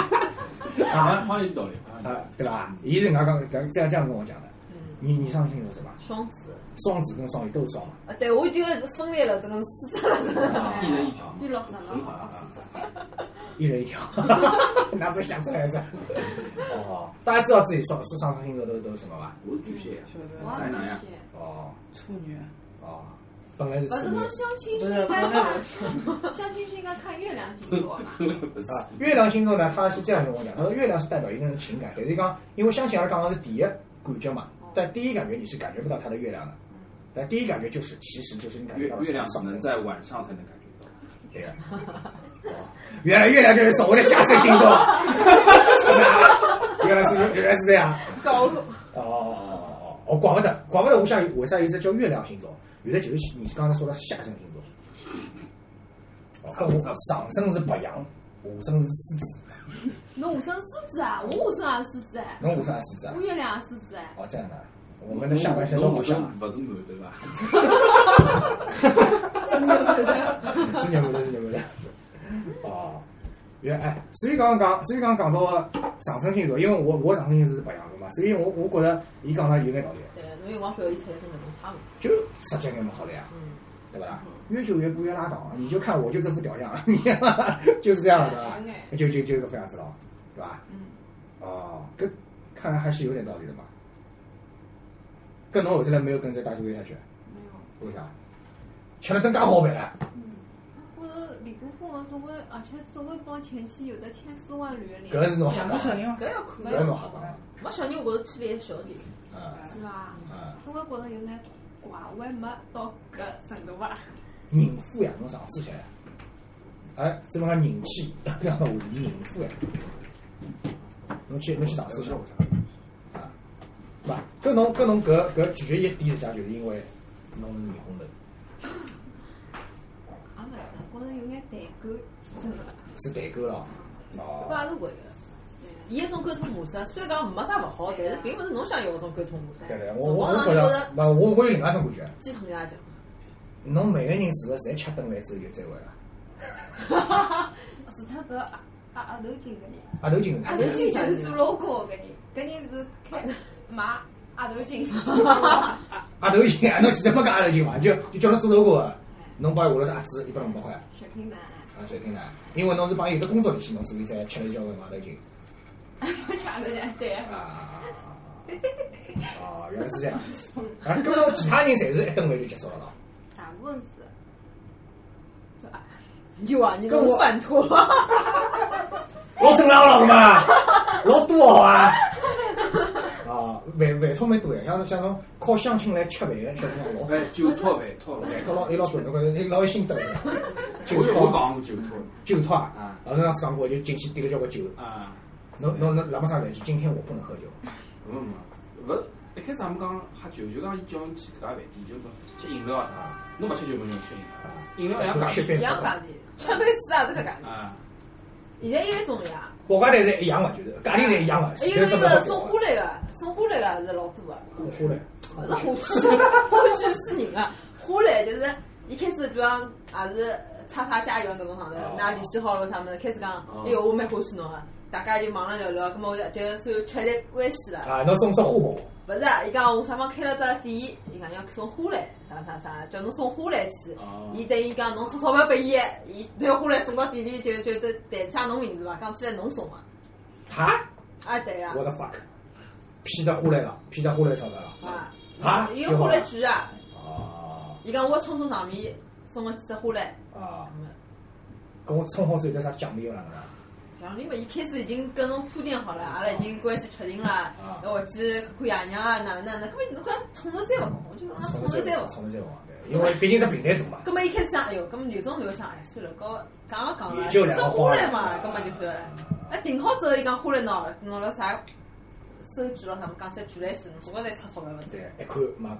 C: 啊
E: 好像好像有道理，好像有道
C: 啊，对吧？伊是搿样讲，搿这样这样跟我讲的。
I: 嗯，
C: 你你上升星座是吧？
I: 双子，
C: 双子跟双鱼都是双嘛。
I: 啊，对我已经分裂了，这个四张了。
C: 啊
E: 理一 人一条，
G: 绿老师
E: 很好啊。
C: 一人一条， 那不是想出来是？哦，大家知道自己双是上升星座都都是什么吧？
E: 我是巨蟹，
D: 晓得
G: 我
D: 伐
E: 在哪
G: 也
E: 呀
G: 是
C: 哦
D: 处女，
C: 哦，本来是
G: 不
C: 处
G: 是
C: 女
G: 讲相亲
D: 不
G: 是
D: 是
G: 应
D: 不
G: 该
D: 是
G: 看， 相亲是应该看月亮星座嘛？
E: 不是
C: 啊，月亮星座呢，它是这样跟我讲，他说月亮是代表一个人的情感，但是讲因为相信阿拉刚刚是第一感觉嘛，但第一感觉你是感觉不到他的月亮的，但第一感觉就是其实就是你感觉
E: 月
C: 到
E: 月亮只
C: 上
E: 能
C: 升
E: 在晚上才能感觉到。
C: 对呀、哦原来月亮就是所谓的下水星座， 是吧原来是原来是这样。
I: 搞懂。
C: 哦哦哦哦，哦，怪不得，怪不得我下我下一只叫月亮星座，原来就是你刚才说的下升星座。哦，跟我上升是白羊，下升是狮子，
G: 侬下生狮子啊，我下生也是狮子哎，
C: 侬下升是狮子啊
G: 我？月亮也是狮子 哎，
C: 哦，这样的，我们的下半身都好
E: 不是
C: 像啊，
E: 不是男的吧？
C: 是牛的，是牛的。 哦，原来哎，所以刚刚讲，所以刚刚讲到上升星座，因为我我上升星座是白羊座嘛，所以我我觉得伊讲的有眼道理，
I: 对，侬有辰光表现出来跟搿种差勿多。
C: 就实际眼蛮好的呀。
I: 嗯，
C: 对啊吧？越久越不越拉倒，你就看我就这副屌样， 你就是这样的，对啊
I: 嗯
C: 吧？就就就这个样子了，对吧？嗯。哦，跟看来还是有点道理的嘛。跟侬后头来没有跟着大学下去，
G: 没有，
C: 为啥？吃了顿介好饭了，
G: 我离过婚的总归，而且总归帮前妻有的千丝万缕的联
C: 搿
G: 系，
C: 是侬瞎
D: 养过
C: 讲
D: 小
C: 的，
D: 人伐？
I: 搿要
C: 搿
I: 看
C: 是
I: 的。
C: 侬瞎讲的。
I: 没小人，我是去了小点。
C: 啊
G: 是吧？
C: 啊，
G: 总归觉得有眼怪，我还没到搿程度吧。
C: 宁富呀，侬尝试起来。哎，怎么讲人气？ 搿样的话题宁富呀。侬去侬去尝试一下。啊，对伐？搿侬搿侬搿搿拒绝一点实际上就是因为侬是面红头，
G: 也勿是，觉着啊有眼代沟，真的。
C: 是代沟了。
I: 搿
C: 哦，
I: 也是会的。伊一种沟通模式，啊虽然讲没啥勿好，但是并勿是侬想要搿种沟通模式。
C: 啊对对，
I: 辰
C: 我我
I: 光
C: 我
I: 长
C: 觉
I: 就觉
C: 着
I: 着，
C: 勿，我我有另外一种感觉。
I: 鸡同鸭讲，
C: 侬每个人是勿是侪吃顿饭之后就再会了？
G: 除脱搿阿阿阿头啊金搿人，
C: 阿头进
G: 阿
C: 来
G: 头金就是做老高搿人，搿人是开买啊阿头金。
C: 阿头进来，侬记得没讲阿头进伐？就就叫侬做头过的，侬帮伊下了只鸭子，一百五百块啊，
G: 水平男，
C: 晓得呢？因为侬是帮伊有个工作联系，侬所以才吃了一交关阿头进。
G: 我抢个人对。
C: 啊啊啊！哦，原来是这样。啊，搿么其他人侪是一顿饭就结束了咯。
G: 大部分是，是吧？
I: 有啊，你
C: 跟我
I: 侬反拖。
C: 老正常了，好嘛？老多好啊！啊，饭饭桶蛮多的，像像种靠乡亲来吃饭的小朋友老。
E: 哎，九套饭套，
C: 哎，搿老伊老多，侬看，伊老有心得的。酒
E: 我有我
C: 托
E: 讲过九套
C: 酒托啊，
E: 啊
C: 然后上次讲过，就进去点了交关酒。
E: 啊，
C: 侬侬侬，那么啥来？今天我不能喝酒。
E: 没没，勿一开始俺们讲喝酒，就讲伊叫侬去搿家饭店，就讲吃饮料啊啥，侬勿吃酒，侬就吃饮
C: 啊
E: 料，饮料两
C: 就
E: 家
C: 吃
E: 店
C: 杯
I: 一 样价钿，吃杯水也是搿价钿。
E: 啊，
I: 现在有一种 呀，
C: 报价钿是一样的，就是价钿侪一样的。
I: 还有哎那个送花篮的，送花篮的是老多的。
C: 过花来。
I: 勿是花去，花去是人啊。花篮就是一开始，比方也是叉叉加油搿种上头，㑚联系好了啥物事，开始讲，哎哟，我蛮欢喜侬个，大家就忙了聊聊，葛末就算确立关系了。
C: 啊，侬送只花包。
I: 勿是啊，伊讲我啥方开了只店，伊讲要送花篮，啥啥啥，叫侬送花篮去。
E: 哦
I: 伊等于讲侬出钞票拨伊，伊拿花篮送到店里，就就就谈下侬名字嘛，讲起来侬送嘛。
C: 哈？
I: 啊，对呀
C: 我。的 fuck！披着花来了，披着花来找他了。
I: 啊。
C: 啊
I: 伊有花篮局啊，
C: 啊
I: 伊讲我冲冲场面送了几只花篮。
C: 啊！跟我冲好之后有啥奖励了？
I: 啊像你们一开始已经跟侬铺垫好
C: 嗯
I: 了，阿拉已经关系确定了
C: 啊，
I: 要回去看爷娘啊，哪哪哪，根本侬讲冲着再勿好，我就讲
C: 冲
I: 冲着再勿好。哦
C: 冲着再往，对因为毕竟这平台大嘛。
I: 葛么一开始想，哎哟，葛么有种就想，哎算了，搞讲也讲
C: 也
I: 了，
C: 就
I: 只
C: 两个
I: 花篮
C: 花
I: 嘛
C: 篮，
I: 葛么就是，哎订好之后伊讲花篮喏，弄了啥收据了啥么，讲起来全来是，总归侪出钞票了。
C: 对，一看妈，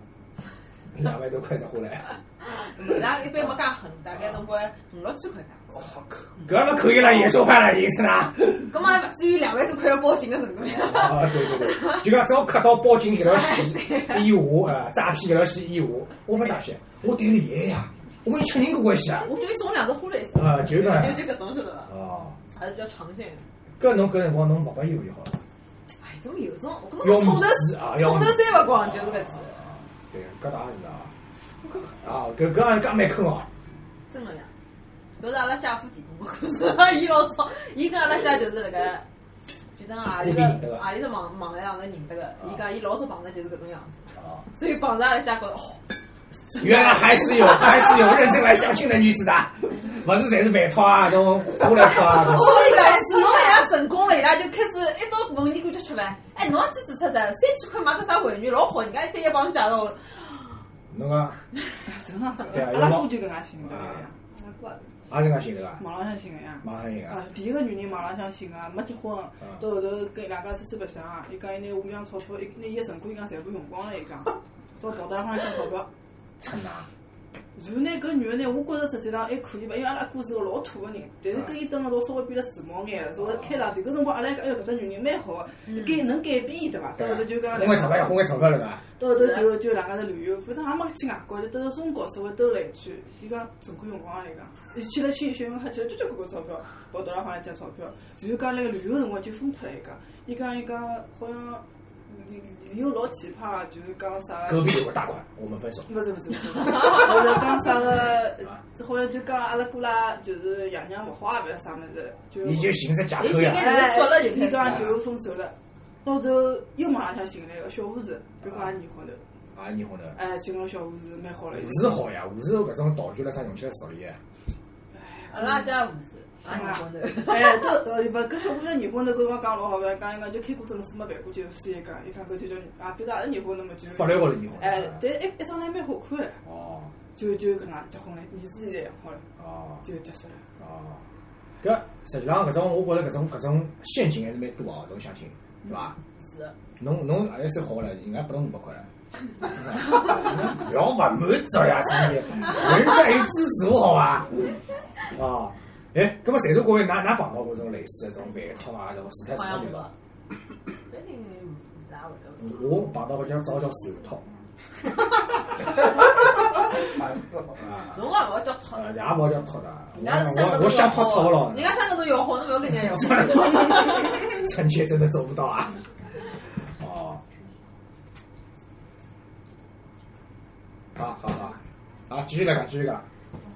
C: 两万多块才花来，嗯
I: 伊拉一般没介狠，大概嗯总归五六千块
C: 我靠，搿么可以了，也收翻了，意思呢？
I: 这样，葛么还勿至于两万多块要报警的程度。
C: 啊，对对对，就讲只要磕到报警搿条线以下，啊，诈骗搿条线以下，我没诈骗，我对伊恋爱呀，我跟伊确认过关系啊，
I: 我就送两只花篮，
C: 啊，就是
I: 就
C: 搿
I: 就搿种晓得伐？
C: 哦，
I: 还是比较长线。
C: 搿侬搿辰光侬勿拨伊就好了。
I: 哎，搿么有种，搿么
C: 要
I: 侬冲头
C: 面子啊要
I: 冲头
C: 面子啊
I: 再勿光，就是搿种，
C: 对，搿倒也是啊。啊，搿搿也搿蛮坑哦。
I: 真个呀！搿是阿拉姐夫提供个故事，伊老早，伊跟阿拉姐就是辣盖，
C: 啊
I: 就当阿里
C: 固定认得个
I: 个阿里个网网上头认得个，伊讲伊老早碰着就是搿种样子，
C: 啊，
I: 所以碰着阿拉姐觉着哦，
C: 原来还是有，还是有认真来相亲的女子的，勿是侪是外套啊，种胡来套啊。
I: 所以讲自从伊拉成功了，伊拉就开始一到逢年过节吃饭，哎，侬也去注册的，三千块买只啥玩具老好，人家一对一帮侬介绍，
C: 侬讲
D: 正常
C: 对啊
D: 阿拉哥就搿能介寻的，
C: 啊
D: 阿拉哥
C: 阿是搿寻对伐？
D: 网浪向寻个呀。
C: 啊马上有
D: 啊
C: 啊。，
D: 第一个女人网浪向寻个，啊没结婚，到后头跟伊拉家出去白相，啊伊讲伊拿屋里向钞票，伊拿伊个存款，伊讲全部用光了，伊讲，到跑到方向借钞票。
C: 趁哪？
D: 然后呢，搿女个呢，我觉着实际上还可以吧，因为阿拉哥是个老土个人，但是跟伊蹲辣一道稍微变了时髦眼，稍微开朗点。搿辰光阿拉讲，哎哟，搿只女人蛮好
C: 嗯
I: 嗯
D: 个，改能改变伊对伐？到后头就讲，
C: 花眼钞票，花眼钞票了伐？
D: 到后头就就两家头旅游，反正也没去外国，就到中国稍微兜了一圈。伊讲存款用光了，伊讲，伊去了信信用卡去了交交关关钞票，跑到那好像借钞票，然后讲那个旅游辰光就疯脱了，伊讲，伊讲伊讲好像理理由老奇葩，就是讲啥。
C: 隔壁有个大款，我们分手。
D: 不是不是不是，或者讲啥个，这好像就讲阿拉哥拉就是爷娘勿花勿要啥物事，就
C: 你就寻只借
I: 伊
C: 口
I: 寻
C: 呀
I: 个。
D: 哎
I: 人做了就开
D: 伊
I: 始
D: 讲就分手了，到头又马上向寻了一个小护士，就讲也离婚了，
C: 啊，你混的。
D: 哎，寻个小护士蛮好了，
C: 护士好呀，护士搿种道具辣啥用起来熟练呀。
I: 阿拉姐勿是，阿拉姐勿是。
D: 哎，这呃，勿搿小姑娘离婚头，跟我讲老好白，讲一讲就开过证书没办过就是一讲，伊讲搿就叫啊，比如阿拉离婚那么就，
C: 法律高头你混。
D: 哎，但一一上来蛮好看的，
C: 哦
D: 就就搿能结婚了，儿子现在养好了，
C: 哦
D: 就结束了。
C: 哦。搿实际上搿种，我觉着搿种搿种陷阱还是蛮多哦，侬相亲对伐？
I: 是的
C: 侬侬阿拉算好了，人家拨侬五百块了。不要勿满足呀，兄弟，人在于知足，好伐？啊，哎，葛么在座各位，㑚㑚碰到过这种类似的这种饭桶啊，这种试探
I: 好
C: 试探
I: 像
C: 对
I: 没
C: 伐？，
I: 反正哪会得。
C: 我碰到过叫早叫水桶，啊，
I: 侬也勿要叫讨
C: 呃，也勿叫脱的，
I: 人家是像搿
C: 我
I: 种
C: 我想
I: 要
C: 脱脱
I: 好
C: 不牢
I: 人，家像搿种要好，侬勿要跟人家要好。
C: 臣妾真的做不到啊。哦，好好好，好，继续来讲，继续讲，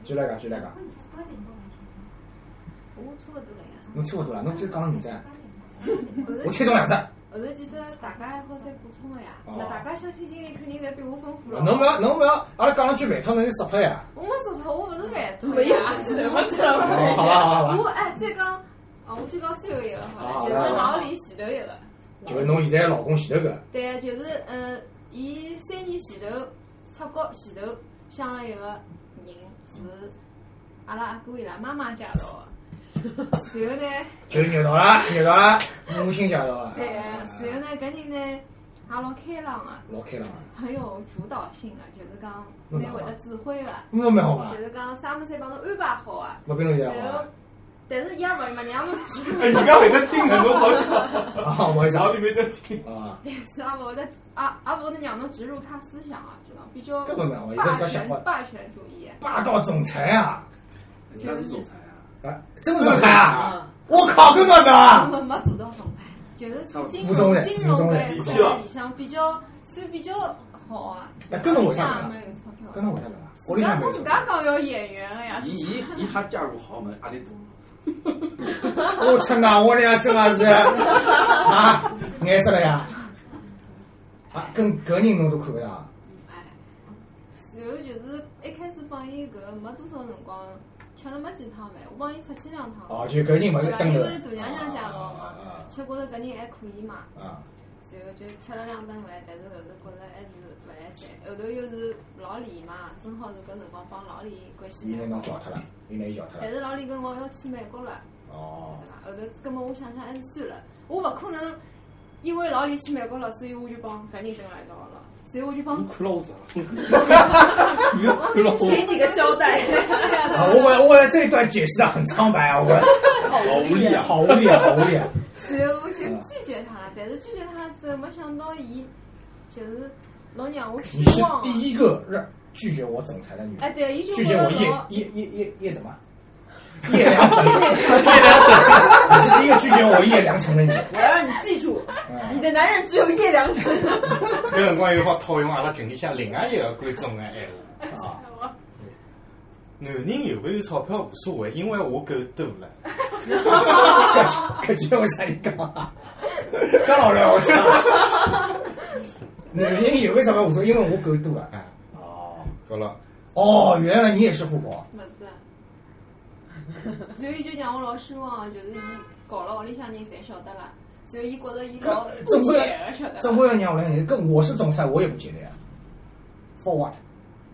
C: 继续来讲，继续来讲。
G: 八点钟还行，我差不多了呀。
C: 侬猜勿到啦，侬就讲了五只，
G: 后
C: 我
G: 头
C: 猜中两只。
G: 后头几只大家还好再补充了呀。
C: 哦啊
G: 那大家相亲经历肯定侪比我丰富了。
C: 侬勿要，侬勿要，阿拉讲了句饭桶，侬就杀脱呀。
G: 我没说错，我勿是犯
I: 没
G: 错
I: 有
G: 呀。
I: 记得，我记得。
C: 好吧，好吧，好吧。
G: 我哎，再讲，哦，哦，我就讲最后一个好
C: 啊
G: 了，就是
C: 来
G: 老李前头一个。
C: 就是侬现在老公前头搿，
G: 对啊，就是呃，伊三年前头出国前头相了一个人，是阿拉阿哥伊拉妈妈介绍的。然后呢，
C: 就肉到了，肉到了，母亲介绍啊，
G: 对啊，然后呢，搿人呢也老开朗个，
C: 老开朗啊，
G: 很有主导性个，就是讲
C: 嗯
G: 蛮会得指挥个，
C: 那蛮好嘛
G: 就，是讲啥物事侪帮侬安排好个。
C: 勿比侬现在
G: 然后
C: 好，
G: 但是伊也勿勿让侬嫉妒。
H: 人家会得听的，侬好像
C: 啊，好，我
H: 然后
C: 啥
H: 你没得听。
C: 啊，
G: 是阿伯的阿阿伯的让侬植入他思想啊，知道比较
C: 根本没有我一个
G: 霸
C: 小想法
G: 权霸权主义。
C: 霸道总裁啊，
E: 人家是总裁啊，
C: 啊，真是总裁啊，我靠，搿个的 啊，
G: 没没做到总裁，就是金
C: 不中
G: 融
C: 嘞
G: 金融搿一
C: 不
G: 块
C: 中
E: 嘞
G: 里向比较算比较好啊。
C: 那跟侬为啥不
G: 里向
C: 搭
G: 也没有钞票啊。
C: 搿侬为啥搿啊？屋里
G: 人家
C: 向没
G: 侬
C: 有
G: 自家讲要演员了呀
E: 伊，伊伊哈嫁入豪门压力大，
C: 我操啊！我俩真的是啊，眼色了呀！啊，跟搿人侬都看勿上，
G: 哎，然后就是一开始帮伊搿没多少辰光，吃了没几趟饭，我帮伊出去两趟，
C: 哦，就搿人勿是啊
G: 对
C: 跟
G: 伐？因
C: 头
G: 为大娘娘家老嘛，吃觉着搿人还可以嘛。
C: 啊啊！
G: 然后就吃了两顿饭，但是后头觉着还是勿来三。后头又是老李嘛，正好是搿辰光帮老李关系
C: 伊拿
G: 蛮
C: 侬
G: 好。
C: 叫脱了，伊拿伊叫脱
G: 但
C: 了，
G: 是老李跟我要去美国了，
C: 哦
G: 对，伐？后头，葛末我想想还是算了，我勿可能因为老李去美国了，所以我就帮搿人跟辣一道了，所以我就帮
H: 你看了我咋了？你
G: 我
H: 又
C: 嗯
H: 看了我
F: 给你个交代。
C: 啊，我我这一段解释的很苍白啊，我
H: 好无力啊！
C: 好无力啊，好无力啊！
G: 然后我就拒绝他了，但是拒绝他之后，没想到伊就是老让我
C: 你
G: 失
C: 是
G: 望。啊
C: 第一个让拒绝我总裁的女
G: 哎，
C: 人，
G: 对，伊就
C: 拒
G: 觉
C: 绝我
G: 得
C: 叶
G: 老，
C: 叶叶叶叶什么？叶良辰，叶良 辰，你是第一个拒绝我叶良辰的女人。
F: 我要让你记住，
C: 嗯
F: 你的男人只有叶良辰。
H: 搿辰光又好套用阿拉群里向另外一个观众的闲话。
C: 啊，
H: 男人有没有钞票无所谓，因为我够多了。
C: 搿句话啥人讲啊？搿老了，我操！男人有为啥么无所谓？因为我够多了。
H: 啊，
C: 哦
H: 好了，
C: 哦，原来你也是富婆。
G: 勿是啊，所以就让我老失望啊，就是伊搞了屋里向人侪晓得了，所以伊觉着伊老不
C: 总归
G: 解个晓得
C: 总
G: 了，
C: 归要让我来你，跟我是总裁，我也不觉得呀。For what？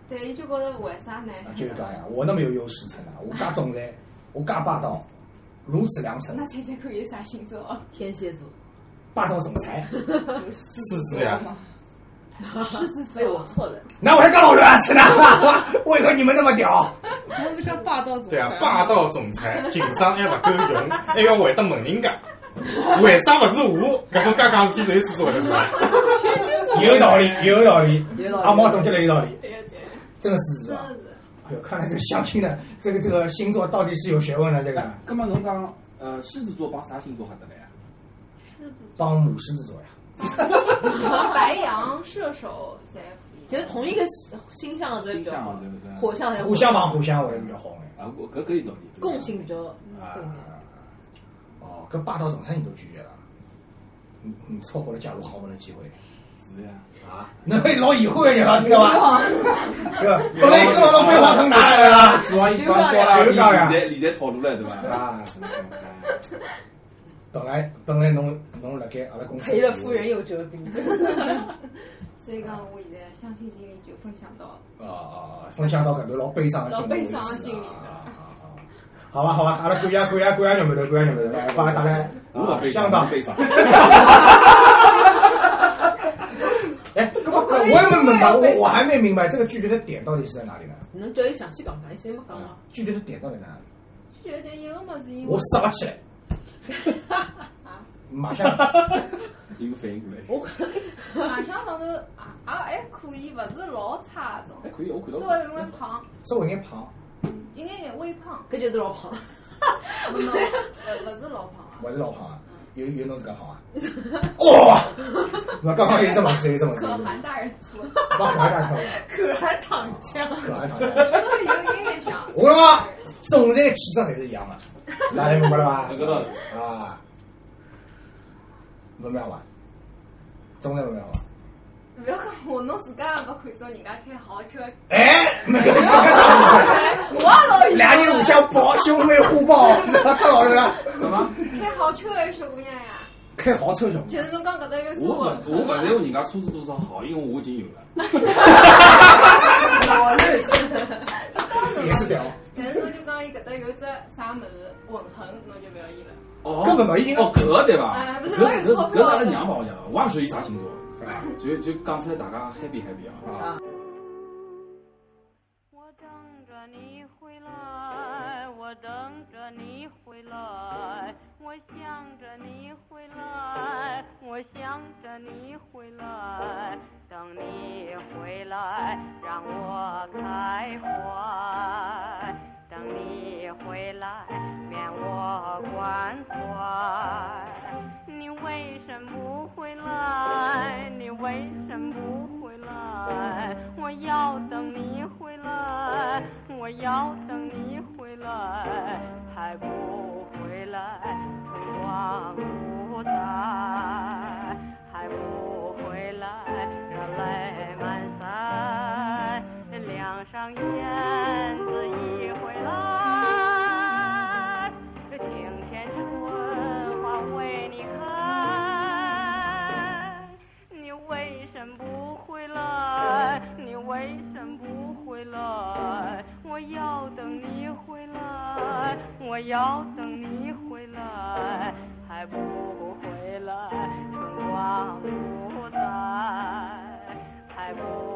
G: 对，伊就觉着为啥呢？
C: 啊就是讲呀，我那么有优势，真的，我嘎总裁，我嘎霸道，如此良辰
G: 那，猜猜看伊啥星座？
F: 天蝎座，
C: 霸道总裁，
H: 狮子呀，
F: 对我错了。
C: 那我还干老卵子呢？ 我以为你们那么屌。
I: 我是个霸道总
H: 对啊，霸道总裁，情商还勿够用，还要会得问人 家，为啥勿是我？搿种尴尬事体，谁狮子会得出来？
C: 有道理，有道理
F: 有道，理
C: 阿毛总结的有道理，
G: 对个对，
C: 真的是是
G: 真
C: 吧
G: 的？是，
C: 哎呦，看来这个相亲的这个这个星座到底是有学问的，这个
E: 搿么侬讲，呃，狮子座帮啥星座合得来啊？
C: 帮母狮子座呀，
G: 白羊、射手侪可以，
F: 其实同一个星象的人比
E: 星
F: 较
E: 象
F: 好
E: 啊，，对不对？
F: 火
I: 哎
F: 象的人
C: 互相帮互相，我也比较红哎。
E: 啊，我搿搿有道理。
F: 共性比较
C: 啊
F: 重要。，
C: 哦，跟霸道总裁你都拒绝了，你你错过了嫁入豪门的机会
E: 是呀，
C: 啊！那被老以后的人了，听到吧？这 本来跟我的飞黄腾达来 了
E: 指望伊讲高了，
C: 就是
E: 理
C: 讲呀
E: 财理财套路了，对伐？
C: 啊！本来本来侬侬辣盖阿拉啊公司
F: 赔了夫人又折兵。
G: 所以讲我现在相亲经历就分享到，
C: 啊啊啊！分享到搿段老悲伤的经历为止啊，
G: 老悲伤的经历
C: 啊啊啊好吧，好啊吧，阿拉感谢感谢感谢你们头，感谢你们头，来帮大家
E: 我勿
C: 啊
E: 哎悲
C: 相
E: 伤，我
C: 当
E: 不悲伤。
C: 哎，那么我也没明白，我我还没明白这个拒绝的点到底是在哪里呢？
F: 侬叫伊详细讲讲，伊现在没
I: 嗯
F: 讲啊。
C: 拒绝的点到底在哪里？
G: 就觉得一个么子因
C: 我
G: 为
C: 杀不起来，
G: 啊，
C: 马上
E: 你们反应过来？
F: 我
G: 外向上头啊啊还可以，勿是老差
E: 还
G: 那种，
E: 哎可以，我看到
G: 稍。微有眼胖，
C: 稍微有点胖，
G: 一眼眼微胖，
F: 搿就是老胖，
G: 勿勿勿是老胖啊。
C: 我是老胖啊，有有侬自家胖啊？哇！ 我刚刚有这么子，有这么子，
G: 可汗大人说，
C: 把可爱大头了，
F: 可还躺枪。
C: 可爱大头。
G: 都有印象。
C: 我啊跟你讲，总裁气质侪是一样的，大家明白了吧？
E: 搿道理
C: 啊，明白伐？总裁明白伐？
G: 不要讲我，侬自家也没看中人家开豪车，
C: 哎，那个那个啥意思？
G: 我也老
C: 俩人互相抱，兄妹互抱，太 老实了。
E: 什 么？
G: 开豪车还是小姑娘呀？
C: 开豪车什么？
G: 就是侬讲搿搭有
E: 我不
G: 中国
E: 我不在乎人家车子多少好，因为我已经有了。
C: 也是屌。
G: 但是侬就讲伊搿搭有只啥物事吻痕，侬就勿要伊了。
E: 哦，
C: 根本没啊应该
E: 哦，搿个对伐？
G: 哎不
E: 搿
G: 是
E: 搿
G: 我有钞
E: 搿搿
G: 票
E: 阿拉娘帮我讲的，我也勿晓得伊啥 星座，就就讲出来大家 happy happy 啊。
C: 啊，
J: 我等着你回来，我等着你回来，我想着你回来，我想着你回来，等你回来让我开怀，等你回来免我关怀。你为什么不回来？你为什么不回来？我要等你回来，我要等你回来，还不回来，春光不再，还不回来，热泪满腮，两上燕子一回来，庭前春花为你开。你为什么不回来？你为什么不回来？我要等你回来，我要等你回来，还不回来，春光不再，还不